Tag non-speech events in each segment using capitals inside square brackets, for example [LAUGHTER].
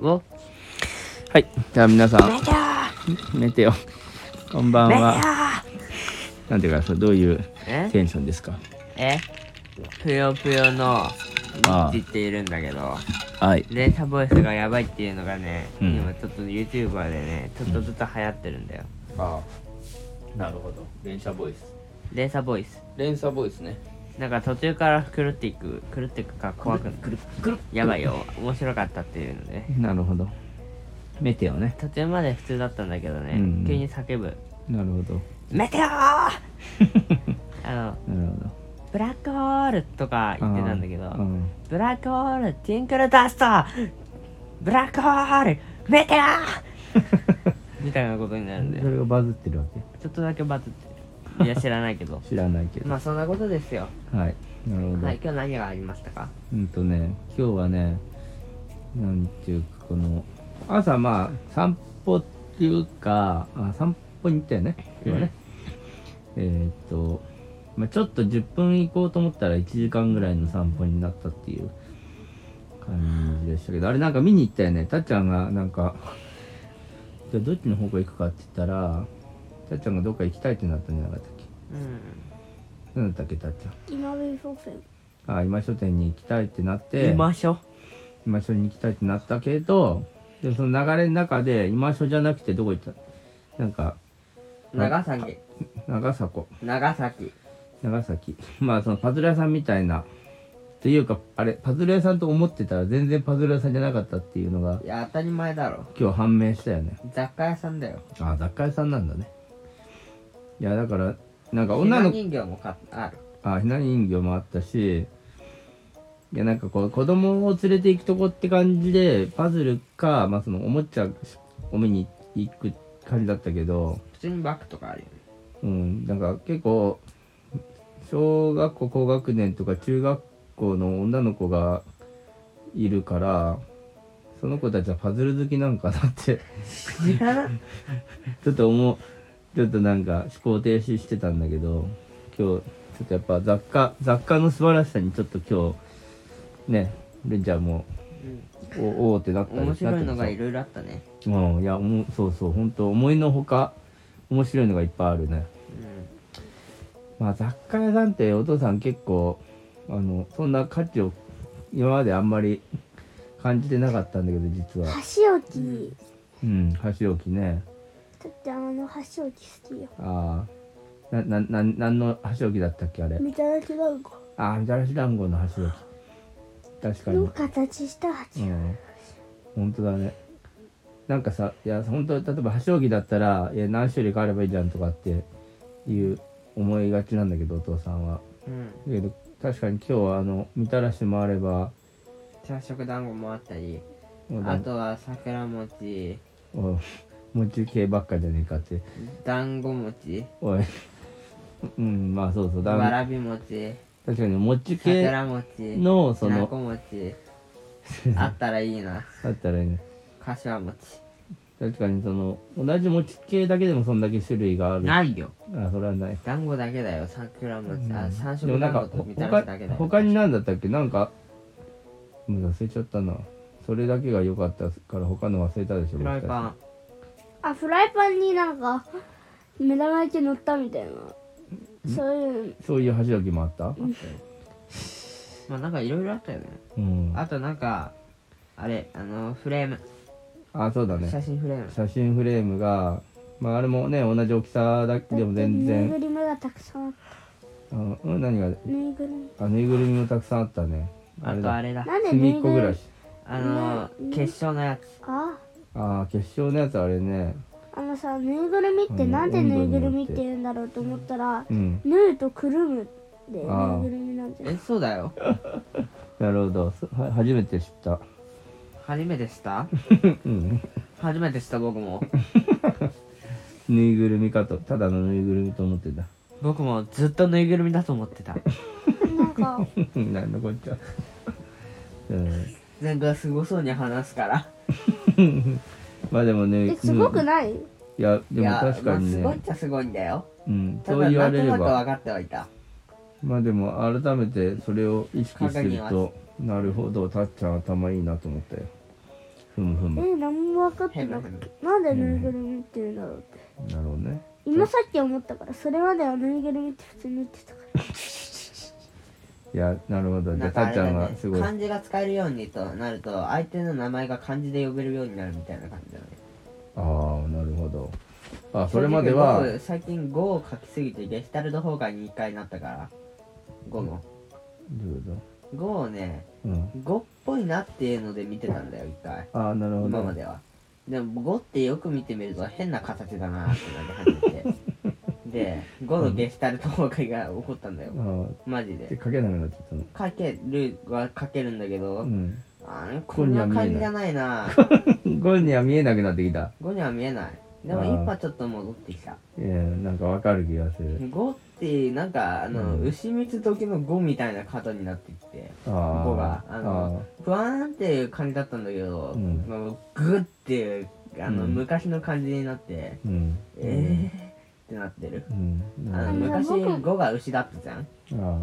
おはいじゃあ皆さん寝てよこんばんはなんていうかそうどういうえテンションですかえぷよぷよのリあッチっているんだけどはいデータボイスがやばいっていうのがね、うん今ちょっと YouTuber でねちょっとずつ流行ってるんだよ、あなるほど連鎖ボイスデータボイス連鎖ボイスねなんか途中から狂っていく狂っていくか怖くなるやばいよ面白かったっていうのねなるほどメテオね途中まで普通だったんだけどね、うん急に叫ぶなるほ [LAUGHS] ど「メテオー! 」あのなるほど「ブラックホール」とか言ってたんだけど、うんブラックホール、ティンクルダストブラックホール、メテオ [LAUGHS] みたいなことになるんでそ、れがバズってるわちょっとだけバズってる。いや、知らないけどけ。知らないけ [LAUGHS] どまあ、そんなことですよ。はいなるほど、はい、今日何がありましたかうんとね今日はねなんていうかこの朝まあ散歩っていうかあ散歩に行ったよね今日はね、えーっと、まあ、ちょっと10分行こうと思ったら1時間ぐらいの散歩になったっていう感じでしたけどあれなんか見に行ったよねたっちゃんがなんかじゃあどっちの方向行くかって言ったらたっちゃんがどっか行きたいってなったんじゃなかったっけうん。何だったっけたっちゃん今上商船あ今書店に行きたいってなってましょ。今所に行きたいってなったけどでもその流れの中で今所じゃなくてどこ行ったなんか長崎。長崎長崎。長崎 [LAUGHS] まあそのパズル屋さんみたいなっていうかあれパズル屋さんと思ってたら全然パズル屋さんじゃなかったっていうのがいや、当たり前だろ。今日判明したよね雑貨屋さんだよ。ああ雑貨屋さんなんだねいやだからなんか女女のの子人形も買っある。あひな人形もあったしいやなんかこう子供を連れて行くとこって感じでパズルか、まあ、そのおもちゃを見に行く感じだったけど、普通にバッグとかあるよね。うん、なんか結構小学校高学年とか中学校の女の子がいるからその子たちはパズル好きなんかなって知らなちょっと思うちょっとなんか思考停止してたんだけど今日ちょっとやっぱ雑貨雑貨の素晴らしさにちょっと今日ねレンジャーもおおおーってなったり面白いのなっがているろいろあったね。うんいやもうそうそう本当思いのほか面白いのがいっぱいあるねうん。まあ雑貨屋さんってお父さん結構あのそんな価値を今まであんまり感じてなかったんだけど実は箸置きうん箸置きねだってあの箸置き好きよああななな何の箸置きだったっけあれみたらし団子ああみたらし団子の箸置き確かにの形したう箸ん本当だねなんかさいや本当例えば箸置きだったらいや何種類かあればいいじゃんとかっていう思いがちなんだけどお父さんはうん。だけど確かに今日はあのみたらしもあれば朝食団子もあったり、もうだあとは桜餅。おい餅系ばっかじゃねえかって団子餅おいうんまあそうそうだわらび餅確かに餅系桜餅のきそなのこ餅あったらいいなだったらいいねかしわ餅確かにその同じ餅系だけでもそんだけ種類があるあないよそれはない団子だけだよ桜餅、あ三でも色なん団か子ほとみたらしだけだ他よ他に何だったっけなんかもう忘れちゃったなそれだけが良かったから他の忘れたでしょフライパもしかンあフライパンになんか目玉焼き乗ったみたいなそういうしてそういう箸置きもあった [LAUGHS] まあなんかいろいろあったよねうんああとなんかあれあのフレームそうだね写真フレーム写真フレームがまああれもね同じ大きさだけでも全ぬい然ぐるみがたくさんあっうんうん何がたぬいぐるみあぬいぐるみもたくさんあったねあとあれだなんでぬ隅いっぐこ暮るらみしあの決勝のやつあああ決勝のやつあれねあのさぬいぐるみってなんでうんぬいぐるみって言うんだろうと思ったらうんぬるとくるむでぬいあーぐるみなんじゃないえそうだよなるほどそは初めて知った初めてしたうん初めてした僕もぬいぐるみかとただのぬいぐるみと思ってた僕もずっとぬいぐるみだと思ってたなんか [LAUGHS] なんのこっちゃ [LAUGHS] うんなんかすごそうに話すから。まあでもねえすごくいないやでいもや確かにね、まあすごいっちゃすごいんだよ。うんたそうだ言なわんとれれなくば分かってはいた。まあでも改めてそれを意識す鏡るはとなるほどたっちゃん頭いいなと思ったよふむふえむー、何も分かってなくてなんでぬいぐるみっていうんだろうってなるほどね今さっき思ったからそれまではぬいぐるみって普通に言ってたからいやなるほどじゃなあんかたあっれちゃだんがねすごい漢字が使えるようにとなると相手の名前が漢字で呼べるようになるみたいな感じだねああなるほどあそれまでは僕最近語を書きすぎてゲシュタルト崩壊に一回なったから語のどういうこ語をねとうん語っぽいなっていうので見てたんだよ一回ああなるほ今まどではでも語ってよく見てみると変な形だなってなって [LAUGHS] 始めてで語のゲシュタルト崩壊が起こったんだよあマジあでで書けなくなっちゃったの書けるは書けるんだけど、うん [LAUGHS] あれこんな感じじゃないなゴールには見えなくなってきた5には見えないでもあー1波ちょっと戻ってきたいやなんかわかる気がする5ってなんかあの、うん牛蜜時の5みたいな角になってきてこあこあがあの不安っていう感じだったんだけど、うんもうグッっていうあの、うん昔の感じになって、ーうんえーってなってる、うんああのうん昔僕5が牛だったじゃんあ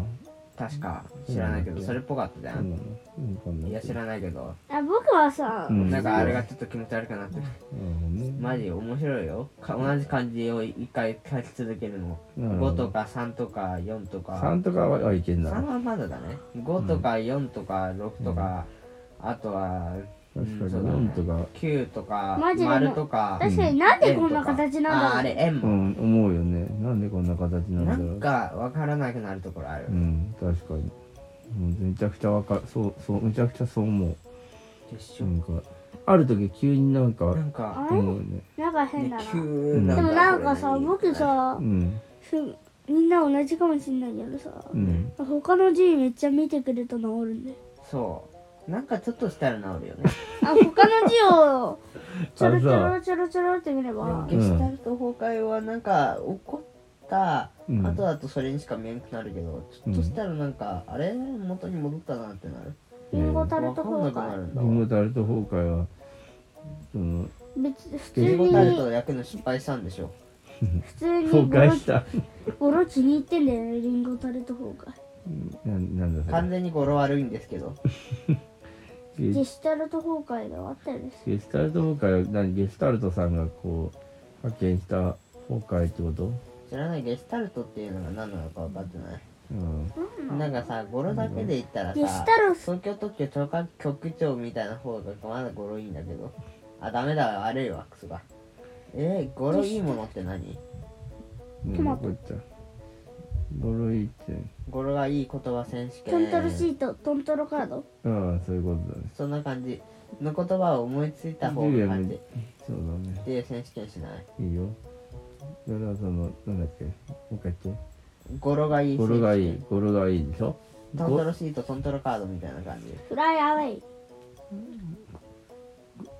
確か知らないけど、うんそれっぽかったじゃ、そうんなのうんこんないや知らないけど、あ僕はさ、うんなんかあれがちょっと気持ち悪くなってる、うんマジ面白いよか同じ漢字を一回書き続けるのなるほ5とどか3とか4とか3とかはいけんだ3はまだだね5とか4とか6とか、あとは確うかんにそうだね4とか9とかマジで丸とか確かになんでこんな形あーなあんだろう、れ円うも、ん思うよねなんでこんな形なんだなろうんかわからなくなるところある、うん確かにうんめちゃくちゃわかそうそうめちゃくちゃそう思でしうょなんかある時急になんかなんかあれ思うねなんかね変だな、急んなでもなんかこされ何僕さうんふみんな同じかもしんないけどさ、うん他の字めっちゃ見てくれたのおる [LAUGHS] んでそうなんかちょっとしたら治るよねあ他の字をちょろちょあろちょろちょろって見れでもばゲシュタルト崩壊はなんか起こったうん後だとそれにしか見えなくなるけど、ちょっとしたらなんか、あれ元に戻ったなってなるリンゴタルわトか崩んなくな壊るんだリわンゴタルト崩壊はその別普通リンゴタルにト焼くの失敗したんでしょ普通に崩ゴロ壊したゴロ気に入ってんだよねリンゴタルト崩壊なんなんだそれ完全に語呂悪いんですけどゲデシジタルト崩壊があったんですゲシュタルト崩壊は何ゲシュタルトさんがこう発見した崩壊ってこと知らないゲシュタルトっていうのが何なのか分かってないうんなんかさ語呂だけで言ったらゲシさュタルト東京特許許可局長みたいな方がまだ語呂いいんだけどあダメだわ悪いわクソがえー、語呂いいものって何ねトマト残っちゃうボロいって語呂がいい言葉選手トントロシ権ートトントロカードああそういうことだねそんな感じの言葉を思いついた方が感じそうだねっていう選手権しないいいよそれはそのなんだっけもう一回言って語呂がいいゴ選手権ロがいいゴロがいいでしょトントゴロシートトントロカードみたいな感じフライアウェイ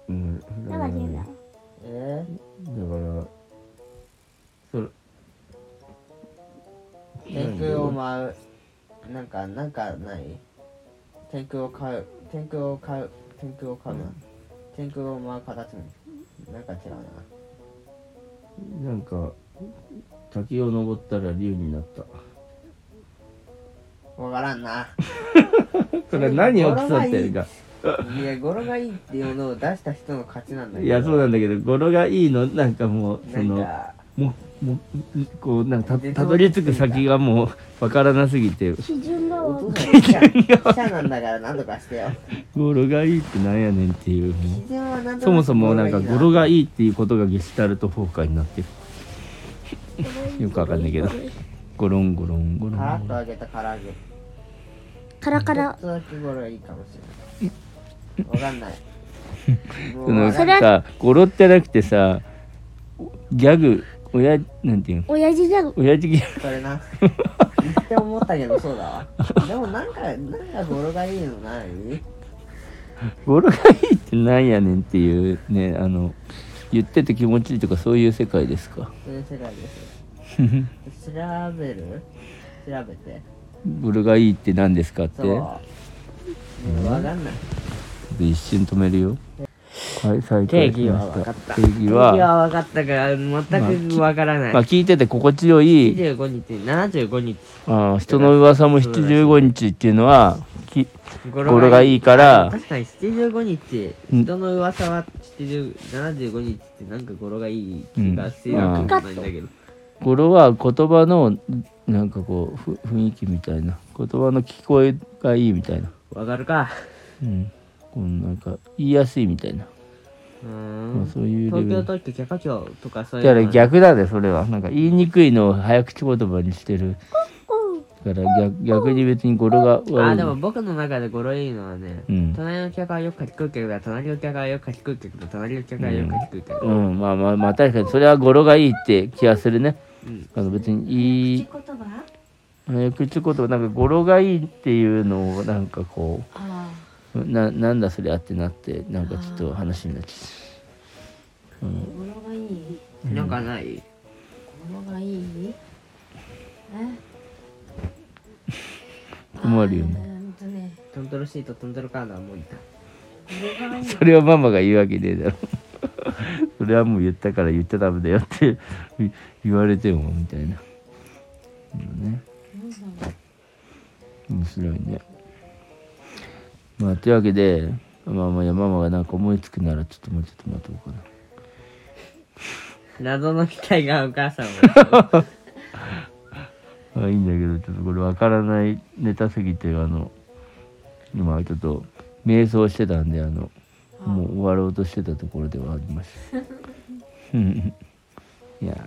うんなんか変だなえだからそれー、天空を舞うなんかなんかない天空を買う天空を買う天空を買うな、天空を舞う形のなんか違うななんか滝を登ったら竜になったわからんなそれ何を競ってるかいや語呂がいいっていうのを出した人の勝ちなんだけどいやそうだなんだけど語呂がいいのなんかもうそなんのかもうもうこうなんかた絶望たどり着く先がもうわからなすぎて基準がおわかん父ないさん記者記者なんだから何とかしてよ語呂がいいってなんやねんっていうもう基準は何とかそもそもなんか語呂がいいっていうことがゲシュタルト崩壊になってるよくわかんないけどゴロンゴロンゴロンカラッゴロンと揚げた唐揚げカラカちょラっとだけ語呂がいいかもしれないわかんないもそうのわかんないさ語呂ってなくてさギャグ親なんていうの親父ギャグ親父ギャそれな言って思ったけどそうだわでもなんかなんか語呂がいいのないグ語呂がいいってなんやねんっていうねあの言ってて気持ちいいとかそういう世界ですかそういう世界です調べる調べて語呂がいいって何ですかってそうもうわかんない一瞬止めるよはい、最定義は分かった定義いやは、分かったから全く分からない、まあ、聞いてて心地よい、 25日75日うん、人の噂も75日っていうのはき語語呂がいいから確かに75日うん人の噂は70 75日ってなんか語呂がいい気がしてなくもないんだけど、語呂は言葉のなんかこうふ雰囲気みたいな言葉の聞こえがいいみたいな、わかるかうん、こうなんか言いやすいみたいな、うーまあ、んそういう東レベ京ル特許許可庁とかそうだいうのかはら逆だねそれはなんか言いにくいのを早口言葉にしてるだから逆逆に別に語呂が悪いあーでも僕の中で語呂いいのはね、うん隣の客はよく聞くけど隣の客はよく聞くけど隣の客はよく聞くけど、うんまあまあまあ確かにそれは語呂がいいって気がするね、うんあの別にいい口言葉早口言葉なんか語呂がいいっていうのをなんかこあうななんだそりゃってなってなんかちょっと話になっちゃう、うんあ、ものがいいなんかないものがいいえ困るよえねーっとね、トントロシートトントロカードはもういたものがい [LAUGHS] いそれはママが言うわけねえだろ [LAUGHS] それはもう言ったから言っちゃダメだよって [LAUGHS] 言われてもみたいな、うんね面白いねまあというわけでまあまあいやママがなんか思いつくならちょっともうちょっと待とうかな謎の機械がお母さんをあいいんだけどちょっとこれわからないネタすぎてあの今ちょっと瞑想してたんであのもう終わろうとしてたところではありました [LAUGHS] うんいやそうだね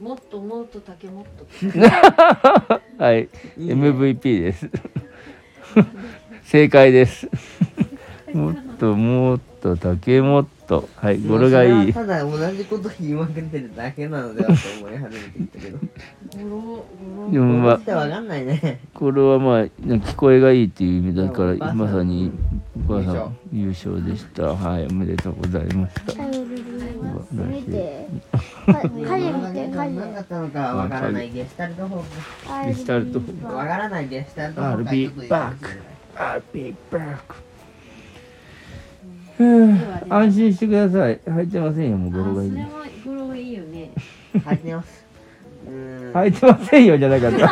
もっともっと竹もっとーはい MVP です [LAUGHS] 正解ですもっともっと竹もっとはい [LAUGHS] 語呂がいいただ同じこと言いまくってるだけなのではと思い始めてきたけどゴロゴロでもこまれあってわかんないねこれはまあ聞こえがいいっていう意味だかいやらお母さんまさにお母さん優勝でしたはいおめでとうございました見て。か影見て、何だ影っ。たのかわからないゲスタルト法デジタルとわからないゲスタルト法 I'll が be ちょっといいかもしれない back I'll be back ふぅ安心してください入ってませんよもうあゴロがいいそれはゴロがいいよね入ってますうーん入ってませんよじゃなかった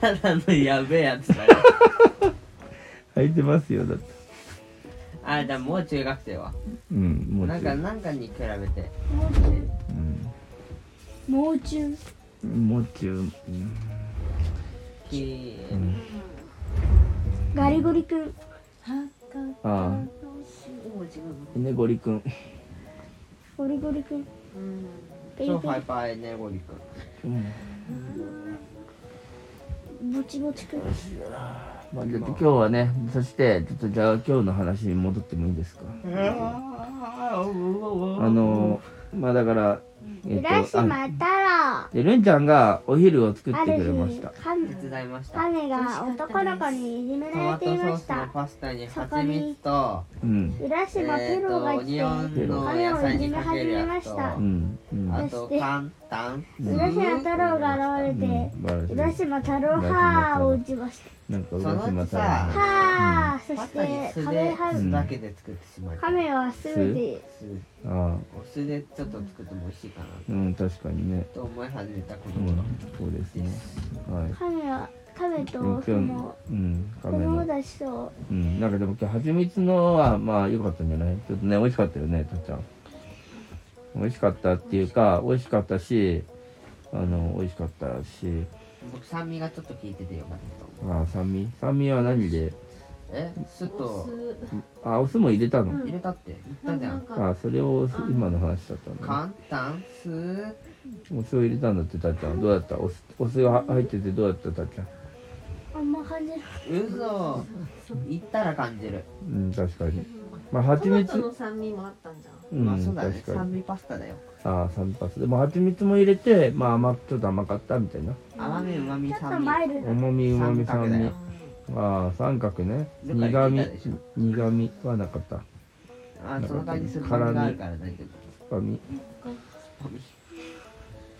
ただのやべえやつだよ入ってますよだってあじゃあもう中学生はうんもうなんか中なんかに比べてもう中。うんもう中うんきガリゴリ君。ああお自分ひねごりくんゴリゴリ君。うんペ超イペハイパーエネゴリ君うんイ。ぼちぼち君。まあちょっと今日はねそしてちょっとじゃあ今日の話に戻ってもいいですかあのまあだからえいらっしゃいあまたら。でるんちゃんがお昼を作っあてるくれまし日た、カメ手伝いましたカメが男の子にいじめトられマトてソいまーしスのた。パスタに蜂蜜とうん浦え島ペーロがとオ来てニオンの亀野をい菜じにめかけ始るめまやつしとたうんうんあと簡単浦島太郎が現れてうん素晴ら浦しい島太郎はーを打ちましなんかそ浦島の太た郎さはーそパしスタにて酢亀ではうん酢だけで作ってしまい亀はすべて酢ああお酢でちょっと作っても美味しいかなうん確かにねと思い始めたこうのん頃そうですねはい亀は亀と今お日ふもうん子カメ供のたちとうんなんかでも今日蜂蜜のはまあ良かったんじゃないちょっとね美味しかったよねたっちゃん美味しかったっていうか美味しかったしあの美味しかったし僕酸味がちょっと効いててよかったと思うああ酸味酸味は何でえ酢おと酢あお酢も入れたの、入れたって言ったじゃなんんあかあそれを今の話だったんだね簡単酢お酢を入れたんだってたっちゃんどうだったお酢お酢が入っててどうだったたっちゃんあんま感じないうそ言ったら感じるうん確かにまあ蜂トマトの蜜酸味もあったんじゃんうまあそうんだね確か酸に味パスタだよああ酸発でも蜂蜜も入れてまあ甘ちょっと甘かったみたいな甘み旨味ちょっと酸マ味イルド重みうまみ酸三角だ味よああ三角ねだから言っ苦みたでしょ苦みはなかったあその感じする感じがあるから大丈深み夫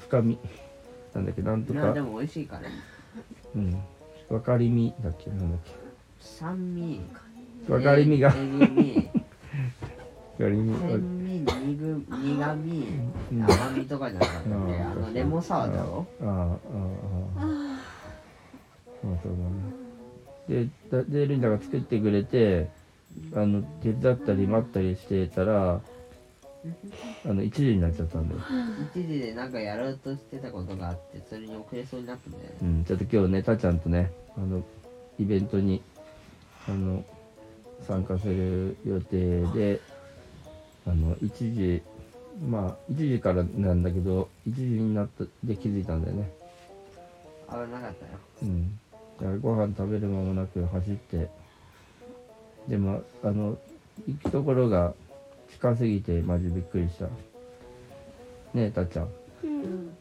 深みなんだっけなんとまあかでも美味しいからうん分かりみだっけなんだっけ酸味分かれ身がええぐみやりに塩味苦苦味うん甘みとかじゃなかったっけうんあのレモンサワーだろああああああそうだねでだでリンダが作ってくれてあの手伝ったり待ったりしてたらあの1時になっちゃったんだよ、一時でなんかやろうとしてたことがあってそれに遅れそうになったんだよねうん、ちょっと今日ねたっちゃんとねあのイベントにあの参加する予定であの1時まあ1時からなんだけど1時になったで気づいたんだよね危なかったようん、だからご飯食べる間もなく走ってでもあの行くところが近すぎてマジびっくりしたねえたっちゃんうん。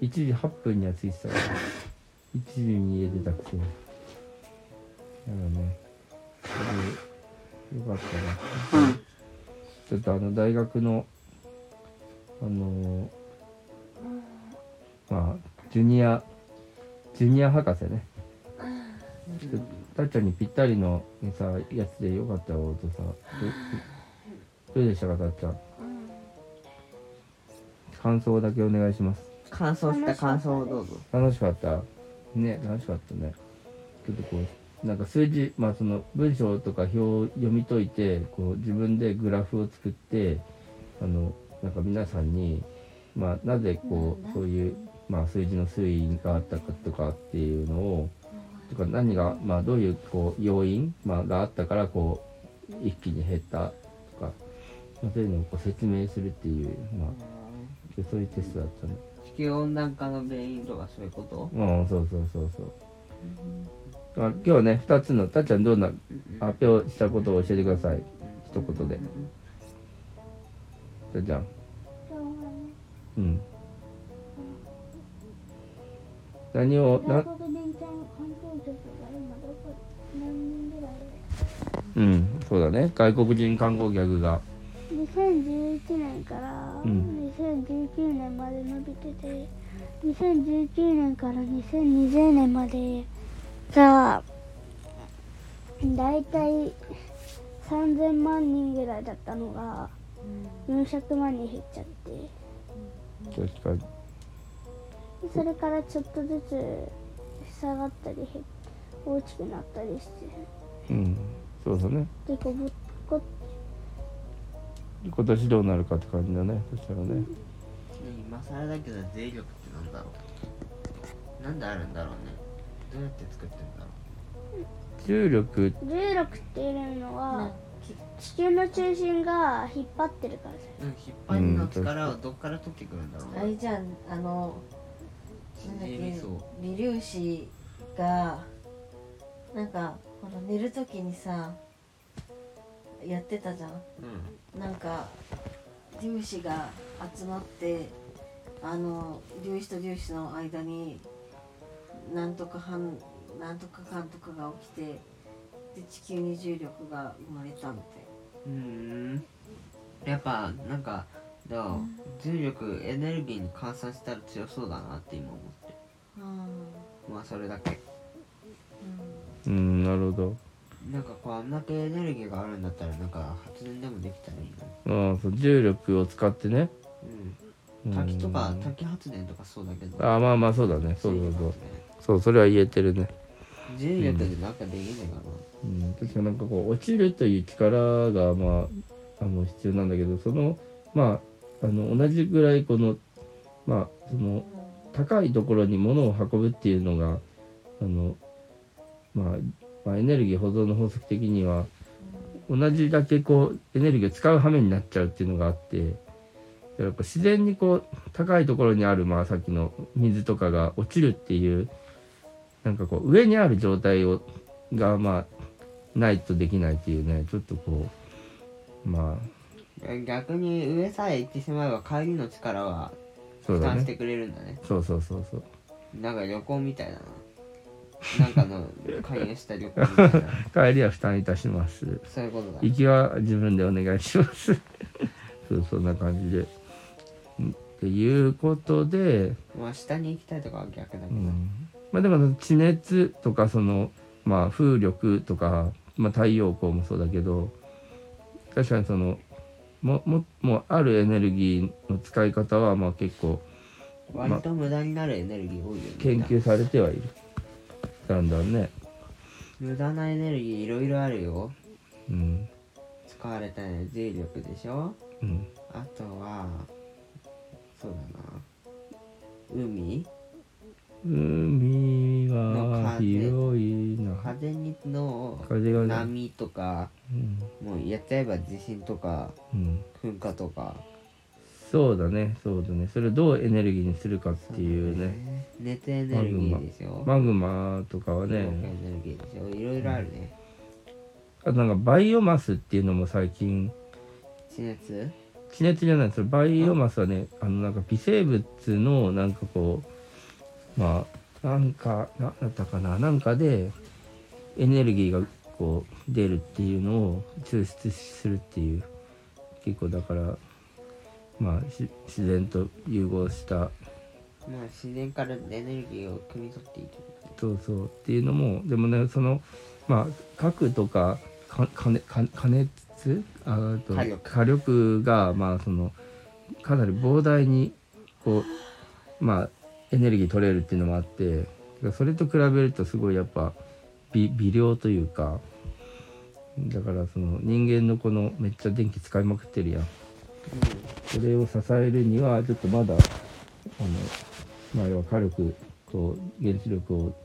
1時8分には着いてたから1時に家出たくせにだからねそれよかったな、ちょっとあの大学のあのーまあジュニアジュニア博士ねちょたっちゃんにぴったりのねさやつでよかったよとさどどうでしたかたっちゃん感想だけお願いします感想した感想をどうぞ楽しかったね楽しかったねちょっとこうなんか数字まあその文章とか表を読み解いてこう自分でグラフを作ってあのなんか皆さんにまあなぜこうそういうまあ数字の推移があったかとかっていうのをとか何がまあどういうこう要因まあがあったからこう一気に減ったとかまあそういうのをこう説明するっていうまあそういうテストだったね。地球温暖化の原因とかそういうことうん、そうそうそうそう。あ今日ね、二つの、たっちゃんどんな発表したことを教えてください。一言で。たっちゃん。うん。何を、な、うん、そうだね。外国人観光客が。 2011年からうん2019年まで伸びてて、2019年から2020年までがだいたい3000万人ぐらいだったのが400万人減っちゃって確かに。でそれからちょっとずつ下がったり減っ大きくなったりしてうん。そうだね。結構ぼっこっ今年どうなるかって感じだね。そしたらね。ね今更だけど税力ってなんだろうなんであるんだろうねどうやって作ってんだろ重力、重力っていうのは地球の中心が引っ張ってるからですう、うん、引っ張りの力をどっから取ってくるんだろうあねれじゃんあのなんだっ縮みけそう微粒子がなんかほら寝るときにさやってたじゃんうんなんか粒子が集まってあの粒子と粒子の間になんとか反なんとかかんとかが起きてで地球に重力が生まれたみうーんやっぱなんかどう重力エネルギーに換算したら強そうだなって今思ってたいな。まあそれだけうん、なるほど。なんかこうあんだけエネルギーがあるんだったらなんか発電でもできたらいいなああ、そう、重力を使ってね。うん滝とかうん滝発電とかそうだけどああ、まあまあ、そうだね。そうそう水そ力う発。電そう、それは言えてるね。重力でなんかできねえかな、うん、確かなんかこう落ちるという力がまああの必要なんだけどそのまああの同じぐらいこのまあその高いところに物を運ぶっていうのがあの、まあ、まあエネルギー保存の法則的には同じだけこうエネルギーを使う羽目になっちゃうっていうのがあってだからやっぱ自然にこう高いところにある、まあ、さっきの水とかが落ちるっていうなんかこう上にある状態をがまあないとできないっていうねちょっとこうまあ逆に上さえ行ってしまえば帰りの力はそう負だ担してねくれるんだねそうそうそうそうなんか旅行みたいだななんか [LAUGHS] の勧誘した旅行みたいな帰りは負担いたしますそういうことだ行きは自分でお願いします [LAUGHS] そうそんな感じでうんっていうことでまあ下に行きたいとかは逆だけど、うんまあでもその地熱とかその、まあ、風力とか、まあ、太陽光もそうだけど確かにそのもももうあるエネルギーの使い方はまあ結構割と無駄になるエネルギー多いよね研究されてはいるだんだんね、無駄なエネルギーいろいろあるようん使われたね重力でしょうん、あとはそうだな海海は広いな風にの風がね波とかうんもうやっちゃえば地震とかうん、噴火とかそうだねそうだねそれをどうエネルギーにするかっていうね熱エネルギーでしょマグマとかは熱エねネルギーでしょいろいろあるねあとなんかバイオマスっていうのも最近地熱地熱じゃないそれバイオマスはねあのなんか微生物のなんかこうまあなんかなんだったかななんかでエネルギーがこう出るっていうのを抽出するっていう結構だからまあし自然と融合したまあ自然からエネルギーを汲み取っていけるそうそうっていうのもでもねそのまあ核とかかかねか加熱ああと火力火力がまあそのかなり膨大にこうまあエネルギー取れるっていうのもあってそれと比べるとすごいやっぱ微微量というかだからその人間のこのめっちゃ電気使いまくってるやんそれを支えるにはちょっとまだあの、まあ、要は火力と原子力を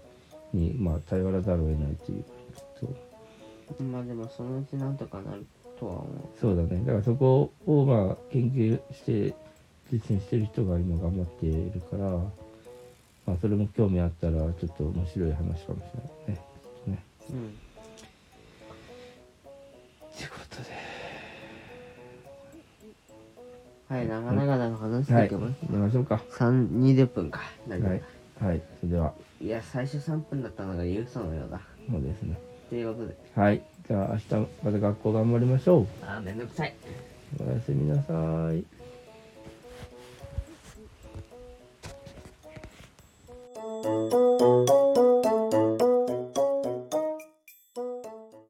に、まあ、頼らざるを得ないというそううんまあでもそのうちなんとかなるとは思そうだねだからそこを、まあ、研究して実践してる人が今頑張っているから、まあ、それも興味あったらちょっと面白い話かもしれないね。ねううんということはい長々な話で、はだい、けど行きましょうか。三20分かなるほどはい、はい、それでは、いや最初3分だったのが言うそのようだそうですね。ということではい、じゃあ明日また学校頑張りましょ。あーめんどくさいうおやすみなさい。